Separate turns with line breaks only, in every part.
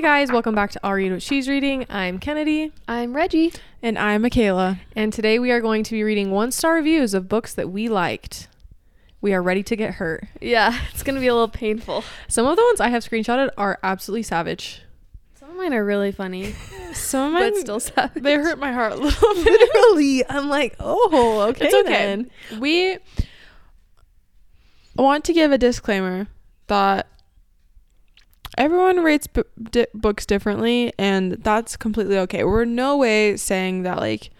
guys, welcome back to I'll Read What She's Reading. I'm Kennedy.
I'm Reggie.
And I'm Michaela.
And today we are going to be reading one star reviews of books that we liked. We are ready to get hurt.
Yeah, it's gonna be a little painful.
Some of the ones I have screenshotted are absolutely savage.
Some of mine are really funny,
Some of
but
mine-
still savage.
They hurt my heart a little bit. Literally. I'm like, oh, okay.
it's okay.
then. We want to give a disclaimer that everyone rates b- di- books differently, and that's completely okay. We're no way saying that, like,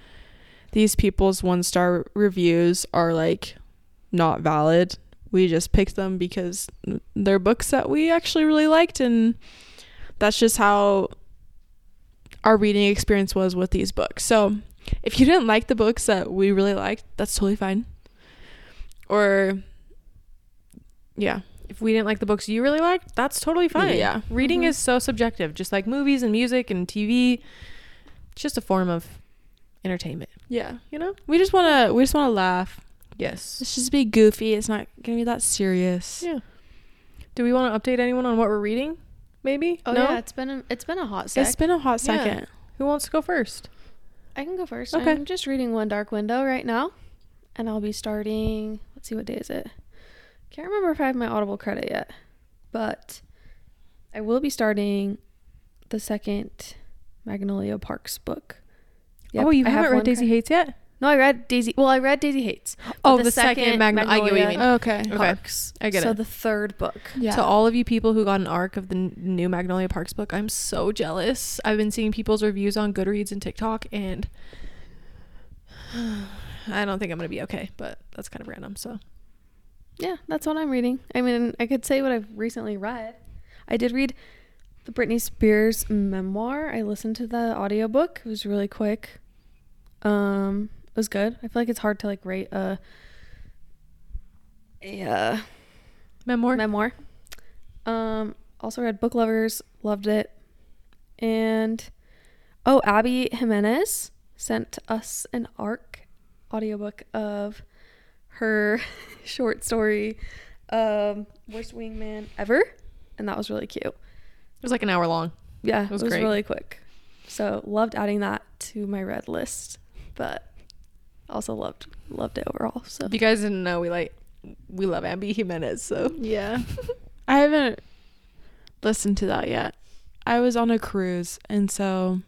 these people's one star reviews are, like, not valid. We just picked them because they're books that we actually really liked, and that's just how our reading experience was with these books. So, if you didn't like the books that we really liked, that's totally fine. Or, yeah,
If we didn't like the books you really liked, that's totally fine.
Yeah. Mm-hmm.
Reading
Mhm.
is so subjective, just like movies and music and TV. It's just a form of entertainment,
yeah.
you know?
We just wanna, we just wanna laugh.
Yes.
Let's just be goofy. It's not gonna be that serious.
Yeah. Do we want to update anyone on what we're reading? Maybe?
Oh
no?
yeah, it's been a, it's been a hot sec.
It's been a hot
Yeah.
second.
Who wants to go first?
I can go first.
Okay.
I'm just reading One Dark Window right now, and I'll be starting. Let's see, what day is it? Can't remember if I have my Audible credit yet, but I will be starting the second Magnolia Parks book. Yep,
oh, you
I have
haven't read
one
Daisy
cre-
Hates yet?
No, I read Daisy. Well, I read Daisy Hates. but
Oh, the second Magno- I get what you mean.
Oh, Okay.
Okay.
Parks.
I get
so
it.
the third book.
Yeah.
To all of you people who got an arc of the n- new Magnolia Parks book, I'm so jealous. I've been seeing people's reviews on Goodreads and TikTok, and I don't think I'm gonna be okay. But that's kind of random. So
Yeah, that's what I'm reading. I mean, I could say what I've recently read. I did read the Britney Spears memoir. I listened to the audiobook. It was really quick. Um, it was good. I feel like it's hard to like rate a a uh,
memoir.
memoir. Um, also read Book Lovers, loved it. And oh, Abby Jimenez sent us an ARC audiobook of her short story, um, Worst Wingman Ever. And that was really cute.
it was like an hour long.
Yeah, it
was
was,
great.
really quick. So loved adding that to my read list, but also loved loved it overall. So
If you guys didn't know, we like we love Abby Jimenez. So
Yeah. I haven't listened to that yet. I was on a cruise and so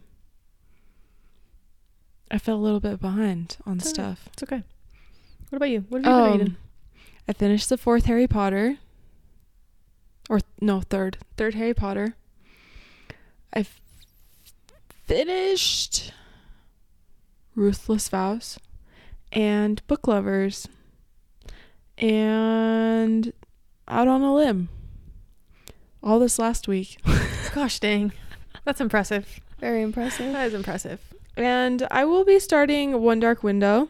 I feel a little bit behind on
It's all
stuff.
it's okay. What about you? What have you been
Um,
reading?
I finished the fourth Harry Potter. Or th- no, third. Third Harry Potter. I f- finished Ruthless Vows and Book Lovers. And Out on a Limb. All this last week.
Gosh dang, that's impressive.
very impressive.
That is impressive.
And I will be starting One Dark Window.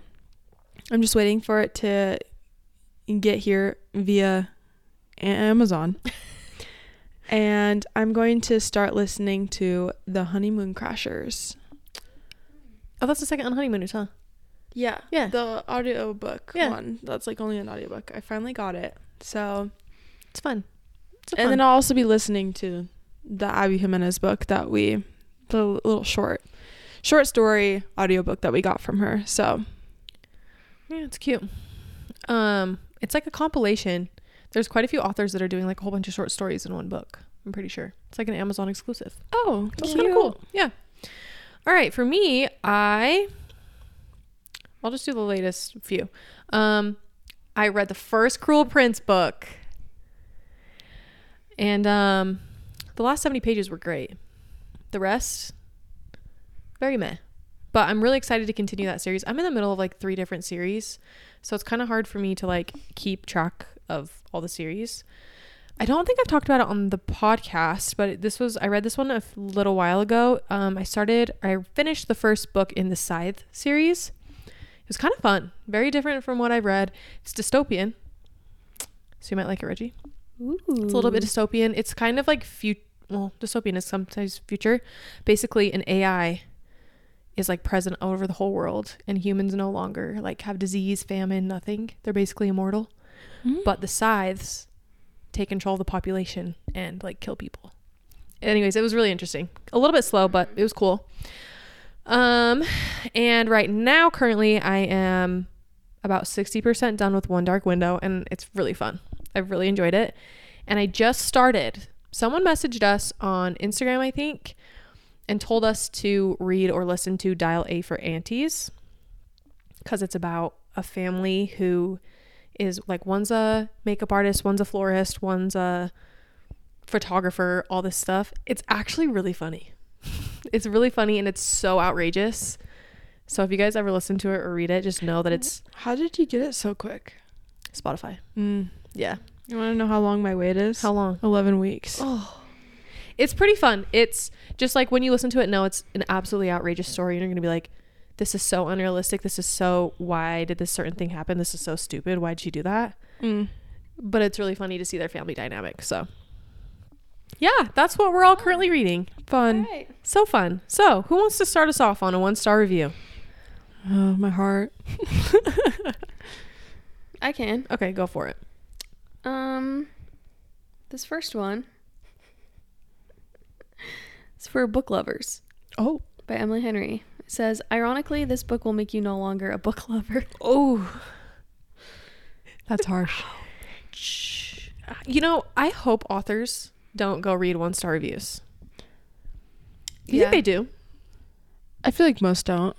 I'm just waiting for it to get here via A- Amazon. and I'm going to start listening to The Honeymoon Crashers.
Oh, that's the second on honeymooners, huh?
Yeah.
Yeah.
The audiobook
Yeah.
one. That's like only an audiobook. I finally got it. So,
It's fun. It's a
and
fun-
then I'll also be listening to the Abby Jimenez book that we the little short short story audiobook that we got from her. So,
Yeah, it's cute. Um, it's like a compilation. There's quite a few authors that are doing like a whole bunch of short stories in one book. I'm pretty sure it's like an Amazon exclusive.
oh,
That's kind of cool. Yeah. All right, for me, I I'll just do the latest few. Um, I read the first Cruel Prince book, and um, the last seventy pages were great. The rest, very meh. But I'm really excited to continue that series. I'm in the middle of like three different series, so it's kind of hard for me to like keep track of all the series. I don't think I've talked about it on the podcast, but this was I read this one a f- little while ago. Um, I started, I finished the first book in the Scythe series. It was kind of fun, very different from what I've read. It's dystopian, so you might like it, Reggie. It's a little bit dystopian. It's kind of like fut. Well, dystopian is sometimes future. Basically, an AI is like present all over the whole world, and humans no longer like have disease, famine, nothing. They're basically immortal but the scythes take control of the population and like kill people anyways, it was really interesting. A little bit slow, but it was cool. Um, and right now, currently, I am about 60% done with One Dark Window, and it's really fun. I've really enjoyed it. And I just started. Someone messaged us on Instagram, I think, and told us to read or listen to Dial A for Aunties because it's about a family who is like one's a makeup artist, one's a florist, one's a photographer, all this stuff. It's actually really funny. it's really funny and it's so outrageous. So if you guys ever listen to it or read it, just know that it's
How did you get it so quick?
Spotify.
Mm.
Yeah.
You want to know how long my wait is?
How long?
11 weeks.
Oh. It's pretty fun. It's just like when you listen to it, no, it's an absolutely outrageous story. And you're going to be like, this is so unrealistic. This is so, why did this certain thing happen? This is so stupid. Why'd she do that?
Mm.
But it's really funny to see their family dynamic. So, yeah, that's what we're all currently reading.
Fun.
Right.
So fun. So, who wants to start us off on a one star review?
Oh, my heart.
I can.
Okay, go for it.
Um, this first one is for book lovers
Oh.
by Emily Henry. It says, ironically, this book will make you no longer a book lover.
Oh,
That's harsh.
you know, I hope authors don't go read one star reviews. You
Yeah.
think they do?
I feel like most don't.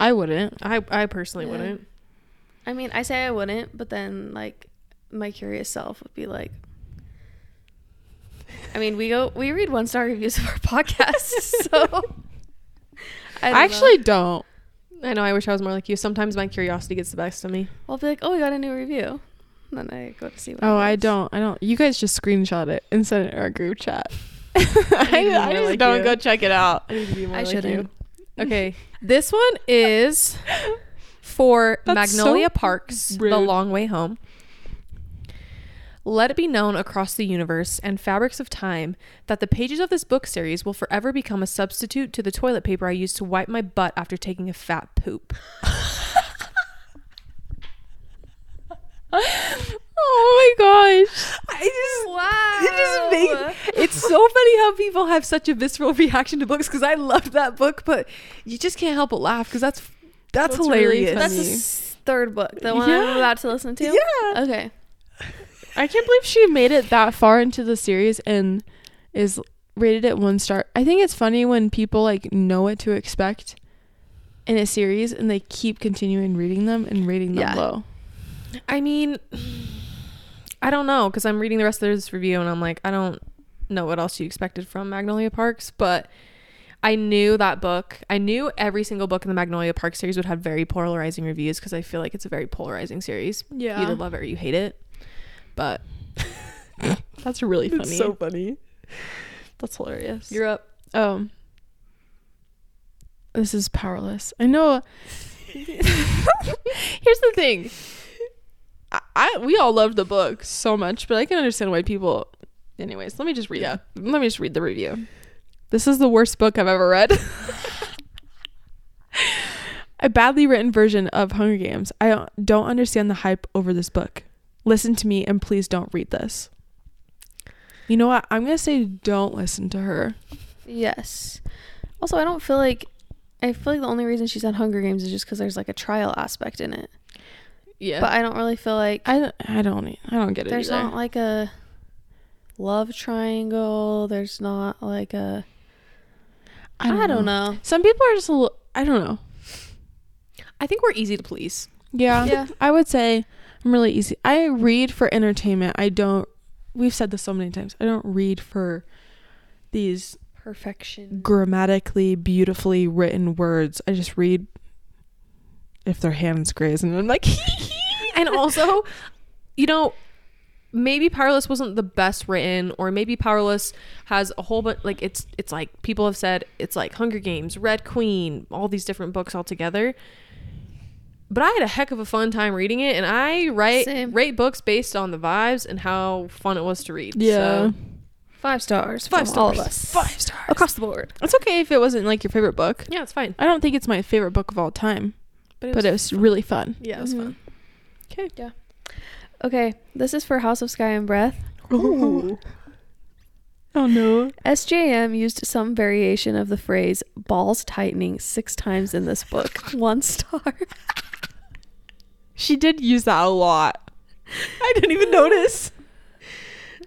I wouldn't.
I, I personally
Yeah.
wouldn't.
I mean, I say I wouldn't, but then like my curious self would be like, I mean, we go we read one star reviews of our podcasts, so
I,
don't know.
actually don't.
I know. I wish I was more like you. Sometimes my curiosity gets the best of me.
I'll be like, oh, we got a new review, and then I go to see. What
Oh,
it
I
is.
don't. I don't. You guys just screenshot it and send it in our group chat. I,
be
I
more
just
like
don't
you.
go check it out.
I need to be more
I
like
shouldn't.
you. Okay, this one is for
That's
Magnolia
so
Parks,
rude.
The Long Way Home. Let it be known across the universe and fabrics of time that the pages of this book series will forever become a substitute to the toilet paper I used to wipe my butt after taking a fat poop.
oh my gosh.
I just
Wow.
It just makes, it's so funny how people have such a visceral reaction to books because I loved that book, but you just can't help but laugh because that's that's,
That's really
hilarious.
funny.
That's the s- third book, the one
Yeah.
I'm about to listen to.
yeah.
Okay.
I can't believe she made it that far into the series and is rated it one star. I think it's funny when people like know what to expect in a series and they keep continuing reading them and rating them
Yeah.
low.
I mean, I don't know because I'm reading the rest of this review and I'm like, I don't know what else you expected from Magnolia Parks, but I knew that book. I knew every single book in the Magnolia Park series would have very polarizing reviews because I feel like it's a very polarizing series. You either love it or you hate it. But
that's really funny.
funny.
that's hilarious.
You're up.
um, this is powerless. I know. Here's the thing. I, I we all love the book so much, but I can understand why people. Anyways, let me just read.
Yeah.
Let me just read the review. This is the worst book I've ever read. A badly written version of Hunger Games. I don't- don't understand the hype over this book. Listen to me and please don't read this. You know what? I'm going to say don't listen to her.
Yes. Also, I don't feel like I feel like the only reason she's on Hunger Games is just because there's like a trial aspect in it.
Yeah.
But I don't really feel like
I don't, I don't e- I don't get it
there's
either.
not like a love triangle. There's not like a I don't, know.
Some people are just a little, I don't know.
I think we're easy to please.
Yeah.
Yeah.
I would say I'm really easy. I read for entertainment. I don't we've said this so many times. I don't read for these
perfection.
grammatically beautifully written words. I just read if their hands graze and I'm like
and also, you know, maybe Powerless wasn't the best written, or maybe Powerless has a whole bunch. Like it's it's like people have said it's like Hunger Games, Red Queen, all these different books all together. But I had a heck of a fun time reading it, and I write
Same.
rate books based on the vibes and how fun it was to read.
Yeah.
so,
Five stars.
Five
from All of
stars.
us.
five stars.
Across the board.
It's okay if it wasn't like your favorite book.
yeah, it's fine.
I don't think it's my favorite book of all time,
But it was,
but it was really fun.
yeah, it was
Mhm.
fun.
Okay, this is for House of Sky and Breath.
Oh no.
SJM used some variation of the phrase balls tightening six times in this book. One star.
She did use that a lot. I didn't even notice.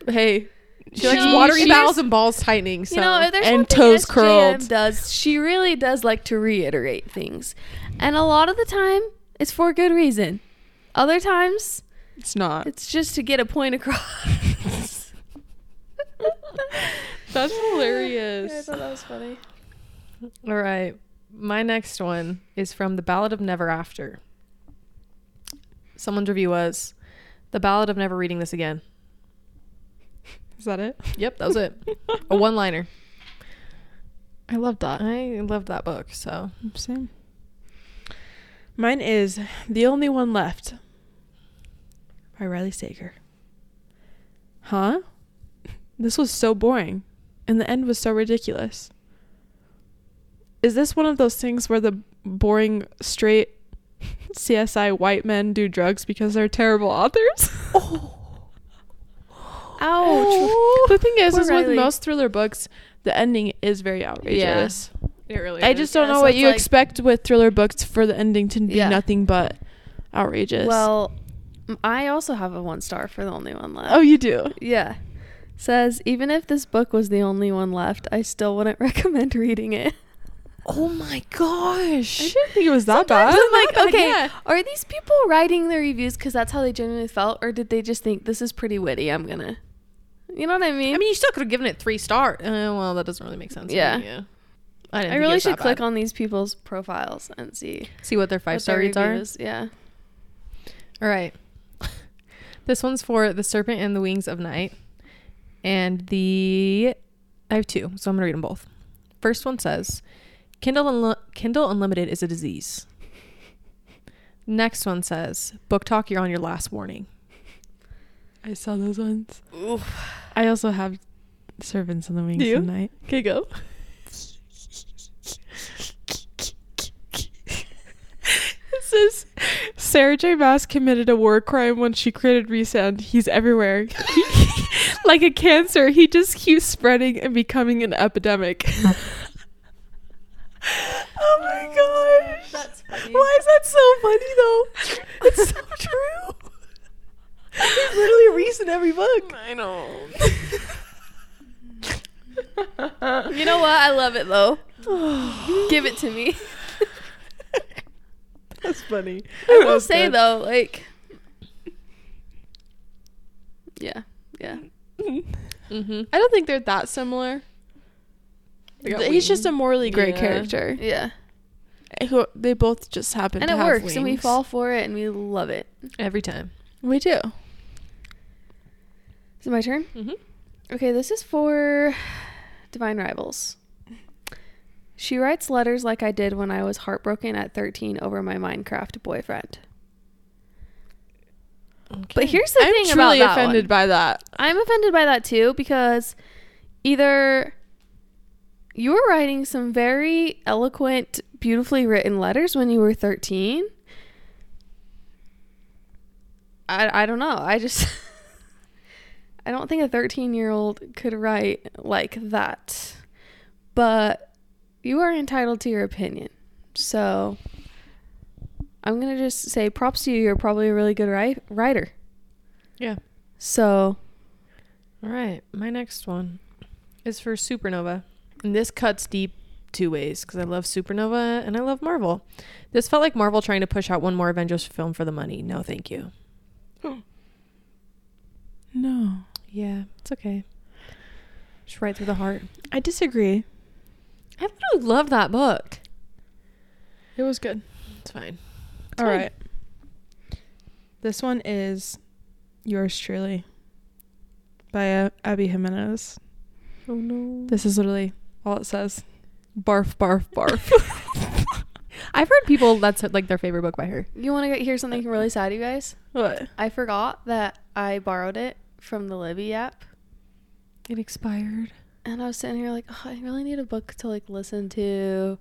Hey, she, likes
She-
watery
she
bowels
is-
and balls tightening. So
You know, if there's
and
one thing
toes
SJM
curled.
Does she really does like to reiterate things, and a lot of the time it's for good reason. Other times
It's not.
it's just to get a point across.
That's hilarious.
Yeah, I thought that was funny.
all right, my next one is from the Ballad of Never After. Someone's review was, "The Ballad of Never Reading This Again."
Is that it?
Yep, that was it. A one-liner. I love that. I loved that book. So
Same. Mine is The Only One Left by Riley Sager. Huh? This was so boring, and the end was so ridiculous. Is this one of those things where the boring, straight CSI white men do drugs because they're terrible authors?
Oh, Ouch.
Oh, the thing is,
Poor
is with
Riley.
most thriller books, the ending is very outrageous.
it really.
I just
Yeah,
don't know
so
what
it's
you
like-
expect with thriller books for the ending to be
Yeah.
nothing but outrageous.
Well, m- I also have a one star for the only one left.
oh, you do.
Yeah. Says, even if this book was the only one left, I still wouldn't recommend reading it.
Oh my gosh.
I didn't think it was that bad.
I'm like,
bad,
okay,
yeah.
are these people writing their reviews because that's how they genuinely felt, or did they just think this is pretty witty? I'm gonna, you know what I mean?
I mean, you still could have given it three star. Uh, well, that doesn't really make sense.
Yeah.
I, didn't
I really should click on these people's profiles and see
see what their
what their
five star reads are.
reviews- Yeah.
All right. this one's for The Serpent and the Wings of Night. And the. I have two, so I'm going to read them both. First one says Kindle, Unli- Kindle Unlimited is a disease. Next one says Book Talk, you're on your last warning.
I saw those ones. I also have servants on the wings
Do you?
tonight.
Okay, go.
It says Sarah J. Mass committed a war crime when she created Resend. He's everywhere. like a cancer, he just keeps spreading and becoming an epidemic. oh my gosh.
That's funny.
Why is that so funny though? It's so true. There's literally a reason every
Oh
book. I know.
You know what? I love it though. Give it to me.
That's funny.
I will say though, like, yeah, yeah.
Mm-hmm.
I don't think they're that similar.
They got
He's just a
wings.
morally gray
Yeah.
character.
Yeah.
Who they both just happen
And
to
it
have
works and we
wings.
fall for it and we love it.
Every time.
We do.
Is it my turn?
Mm-hmm.
Okay, this is for Divine Rivals. She writes letters like I did when I was heartbroken at 13 over my Minecraft boyfriend. But here's the
I'm
thing
truly
about that
offended
one.
by that.
I'm offended by that too because either you were writing some very eloquent, beautifully written letters when you were 13. I, I don't know. I just I don't think a 13 year old could write like that. But you are entitled to your opinion. So I'm going to just say props to you. You're probably a really good ri- writer.
Yeah.
So
All right, my next one is for Supernova. And this cuts deep two ways because I love Supernova and I love Marvel. This felt like Marvel trying to push out one more Avengers film for the money. No, thank you.
No.
Yeah, it's okay. Just right through the heart.
I disagree.
I literally love that book.
It was good.
It's fine.
All
fine.
right. This one is yours truly by uh, Abby Jimenez.
Oh no.
This is literally all it says. Barf, barf, barf.
I've heard people that's like their favorite book by her.
You want to hear something really sad, you guys?
what?
I forgot that I borrowed it from the Libby app,
It expired.
and I was sitting here like, oh, I really need a book to like listen to,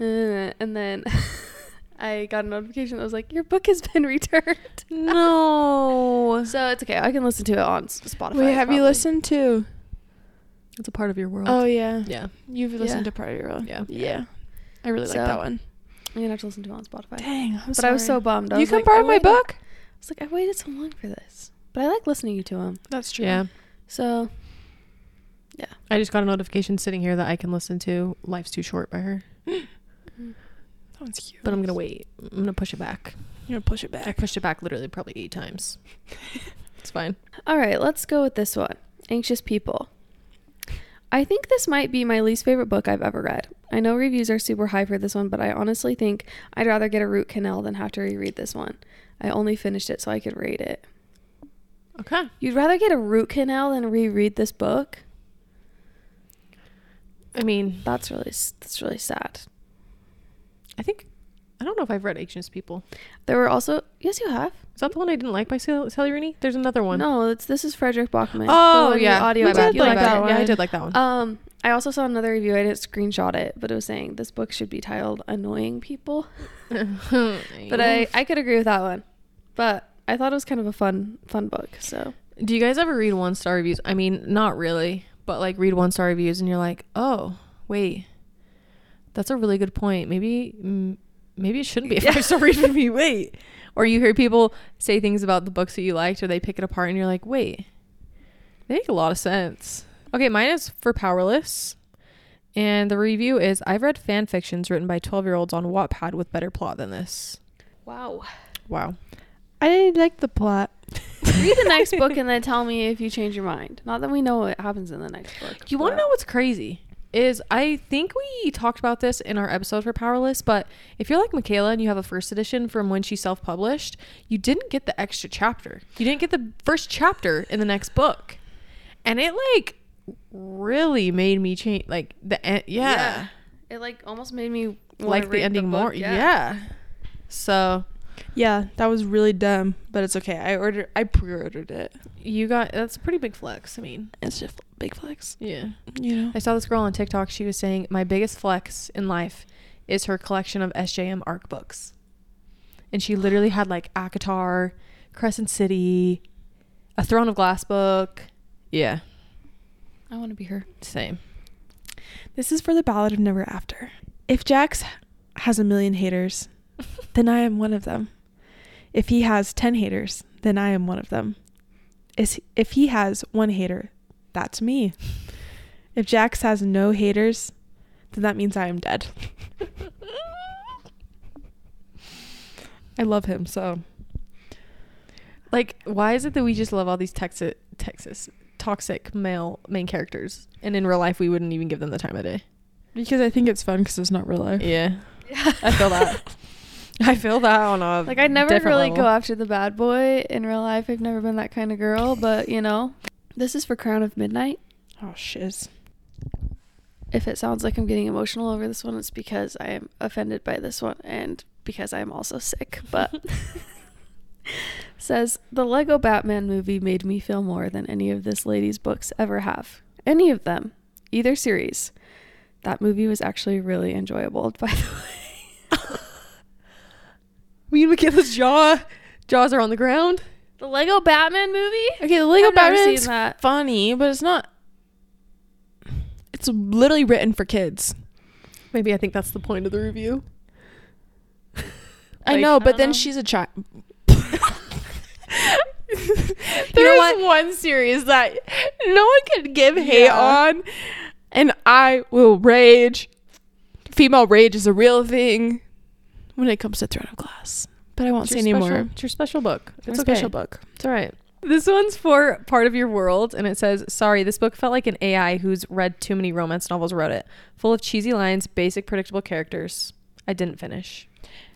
Uh, and then I got a notification that was like, your book has been returned.
No.
So it's okay. I can listen to it on S- Spotify.
Wait, have
probably.
you listened to
It's a part of your world.
Oh yeah.
yeah.
You've listened to part of your own.
Yeah.
Yeah. I really
So-
like that one.
I'm gonna have to listen to it on Spotify.
Dang, I'm
but I was so bummed. I
you
was
can
like, I
borrow my
waited-
book.
I was like, I waited so long for this, but I like listening to him.
That's
Yeah.
So
I just got a notification sitting here that I can listen to Life's Too Short by her.
Mm. That one's cute.
But I'm going to wait. I'm going to push it back.
You're gonna push it
I
back.
pushed it back literally probably eight times. it's fine.
All right, let's go with this one Anxious People. I think this might be my least favorite book I've ever read. I know reviews are super high for this one, but I honestly think I'd rather get a root canal than have to reread this one. I only finished it so I could rate it.
Okay.
You'd rather get a root canal than reread this book?
I mean,
That's really s- that's really sad.
I think, I don't know if I've read Anxious People.
There were also yes, you have.
Is that the one I didn't like by Sal- Sally Rooney? There's another one.
No, it's this is Frederick Bachman.
Oh,
the one you
yeah.
audio
My
book.
bad,
You
my
like
bad.
that
Yeah, I
one.
did like that one.
Um, I also saw another review. I didn't screenshot it, but it was saying this book should be titled "Annoying People." But I, I could agree with that one. But I thought it was kind of a fun fun book. So
Do you guys ever read one star reviews? I mean, not really, but like read one star reviews and you're like, oh, wait, that's a really good point. Maybe, mm, maybe it shouldn't be a five star review. Wait, or you hear people say things about the books that you liked, or they pick it apart, and you're like, wait, they make a lot of sense. Okay, mine is for Powerless, and the review is: I've read fan fictions written by twelve year olds on Wattpad with better plot than this.
wow.
Wow.
I like the plot.
Read the next book and then tell me if you change your mind. Not that we know what happens in the next book.
You want to
but-
know what's crazy? Is I think we talked about this in our episode for Powerless, but if you're like Michaela and you have a first edition from when she self published, you didn't get the extra chapter. You didn't get the first chapter in the next book. And it like really made me change, like the end. Yeah.
It like almost made me wanna
Like
read
the ending
book,
more. yeah. So
Yeah, that was really dumb, but it's okay. I ordered. I pre-ordered it.
you got that's a pretty big flex. I mean,
It's just big flex.
yeah.
You know.
I saw this girl on TikTok. She was saying, My biggest flex in life is her collection of SJM ARC books. And she literally had like ACOTAR, Crescent City, a Throne of Glass book. Yeah,
I want to be her.
same.
This is for the Ballad of Never After. If Jax has a million haters, then I am one of them. If he has 10 haters, then I am one of them. Is if he has one hater, that's me. If Jax has no haters, then that means I am dead. I love him so.
Like, why is it that we just love all these Texas, Texas toxic male main characters? And in real life, we wouldn't even give them the time of day.
Because I think it's fun because it's not real life.
Yeah. I feel that. I feel that on a
Like I'd never
different
really
level.
go after the bad boy in real life. I've never been that kind of girl, but you know, this is for Crown of Midnight.
Oh, shiz.
if it sounds like I'm getting emotional over this one, it's because I am offended by this one and because I'm also sick. But says the Lego Batman movie made me feel more than any of this lady's books ever have. Any of them, either series. That movie was actually really enjoyable, by the way.
Me and Michaela's jaw jaws are on the ground.
the Lego Batman movie?
Okay, the Lego
I've never
Batman
seen
is
that.
funny, but it's not. It's literally written for kids.
Maybe I think that's the point of the review.
I
Like,
know,
I
but
don't
then
know.
she's a child.
You know
There's
what?
one series that no one could give hate
Yeah.
on, and I will rage. Female rage is a real thing when it comes to Throne of Glass, but I won't say
your
anymore.
special- It's your special book. It's
It's
okay.
a special book.
It's all right. This one's for part of your world, and it says, "Sorry, this book felt like an AI who's read too many romance novels wrote it, full of cheesy lines, basic predictable characters. I didn't finish.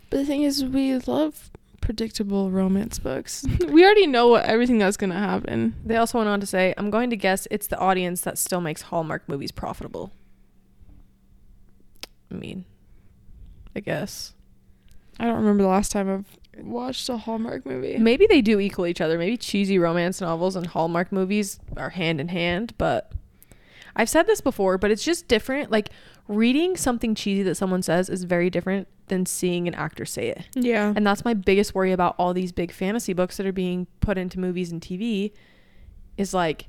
But the thing is, we love predictable romance books. we already know what everything that's gonna happen.
They also went on to say, "I'm going to guess it's the audience that still makes Hallmark movies profitable." I mean, I guess
I don't remember the last time I've watched a Hallmark movie.
maybe they do equal each other. Maybe cheesy romance novels and Hallmark movies are hand in hand, but I've said this before, but it's just different. Like reading something cheesy that someone says is very different than seeing an actor say it.
Yeah.
And that's my biggest worry about all these big fantasy books that are being put into movies and TV is like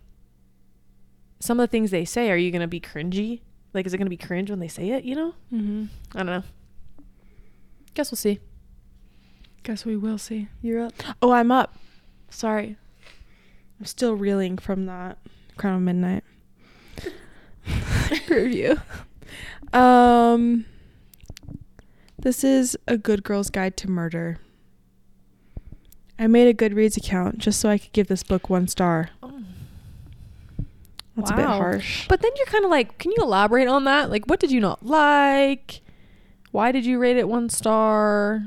some of the things they say, are you going to be cringy? Like, is it going to be cringe when they say it, you know?
Mm-hmm.
I don't know. Guess we'll see.
Guess we will see.
You're up.
Oh, I'm up. Sorry. I'm still reeling from that Crown of Midnight review. Um This is a good girl's guide to murder. I made a Goodreads account just so I could give this book one star. That's a bit
Wow.
harsh.
Mm. But then you're kind of like, can you elaborate on that? Like, what did you not like? Why did you rate it one star?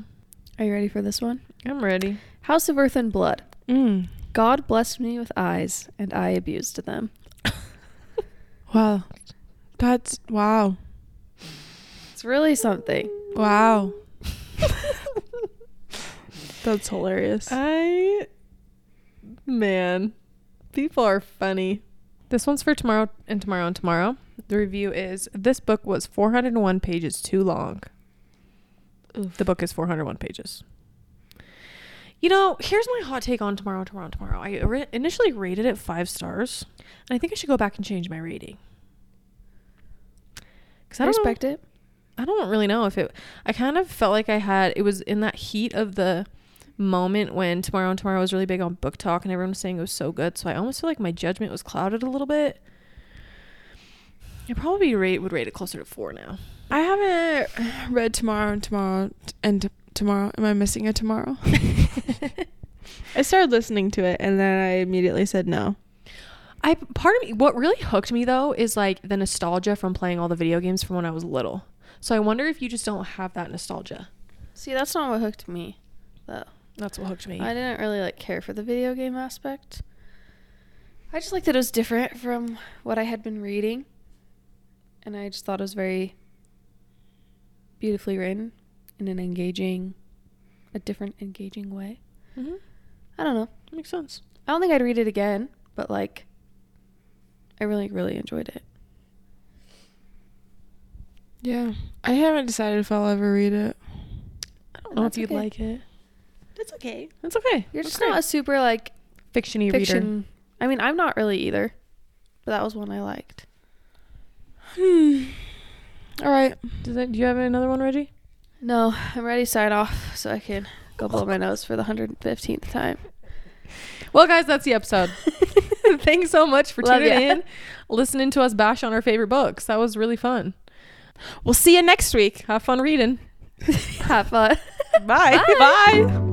Are you ready for this one?
I'm ready.
House of Earth and Blood.
mm.
God blessed me with eyes, and I abused them.
wow. That's wow.
It's really something.
Wow. That's hilarious.
I. Man. People are funny. This one's for tomorrow and tomorrow and tomorrow. The review is this book was 401 pages too long. The book is 401 pages. You know, here's my hot take on tomorrow, tomorrow, tomorrow. I ori- initially rated it five stars, and I think I should go back and change my rating. Because
I respect it.
I don't really know if it. I kind of felt like I had. It was in that heat of the moment when Tomorrow and Tomorrow was really big on book talk and everyone was saying it was so good. So I almost feel like my judgment was clouded a little bit. I probably rate would rate it closer to four now.
I haven't read tomorrow and tomorrow t- and t- tomorrow. Am I missing a tomorrow? I started listening to it and then I immediately said no.
I part of me what really hooked me though is like the nostalgia from playing all the video games from when I was little. So I wonder if you just don't have that nostalgia.
See, that's not what hooked me, though.
That's what hooked me.
I didn't really like care for the video game aspect. I just liked that it was different from what I had been reading, and I just thought it was very beautifully written in an engaging, a different engaging way.
mm-hmm.
I don't know.
Makes sense.
I don't think I'd read it again, but like, I really, really enjoyed it.
Yeah. I haven't decided if I'll ever read it.
I don't know
That's
if you'd
okay.
like it.
That's okay.
It's okay.
You're
That's
just
great.
not a super like
fictiony reader.
fiction. I mean, I'm not really either, but that was one I liked.
Hmm. All right.
Does that, do you have another one, Reggie?
No, I'm ready to sign off so I can go blow my nose for the 115th time.
Well, guys, that's the episode. Thanks so much for
Love
tuning
ya.
in, listening to us bash on our favorite books. That was really fun. We'll see you next week. Have fun reading.
Have fun.
Bye. Bye.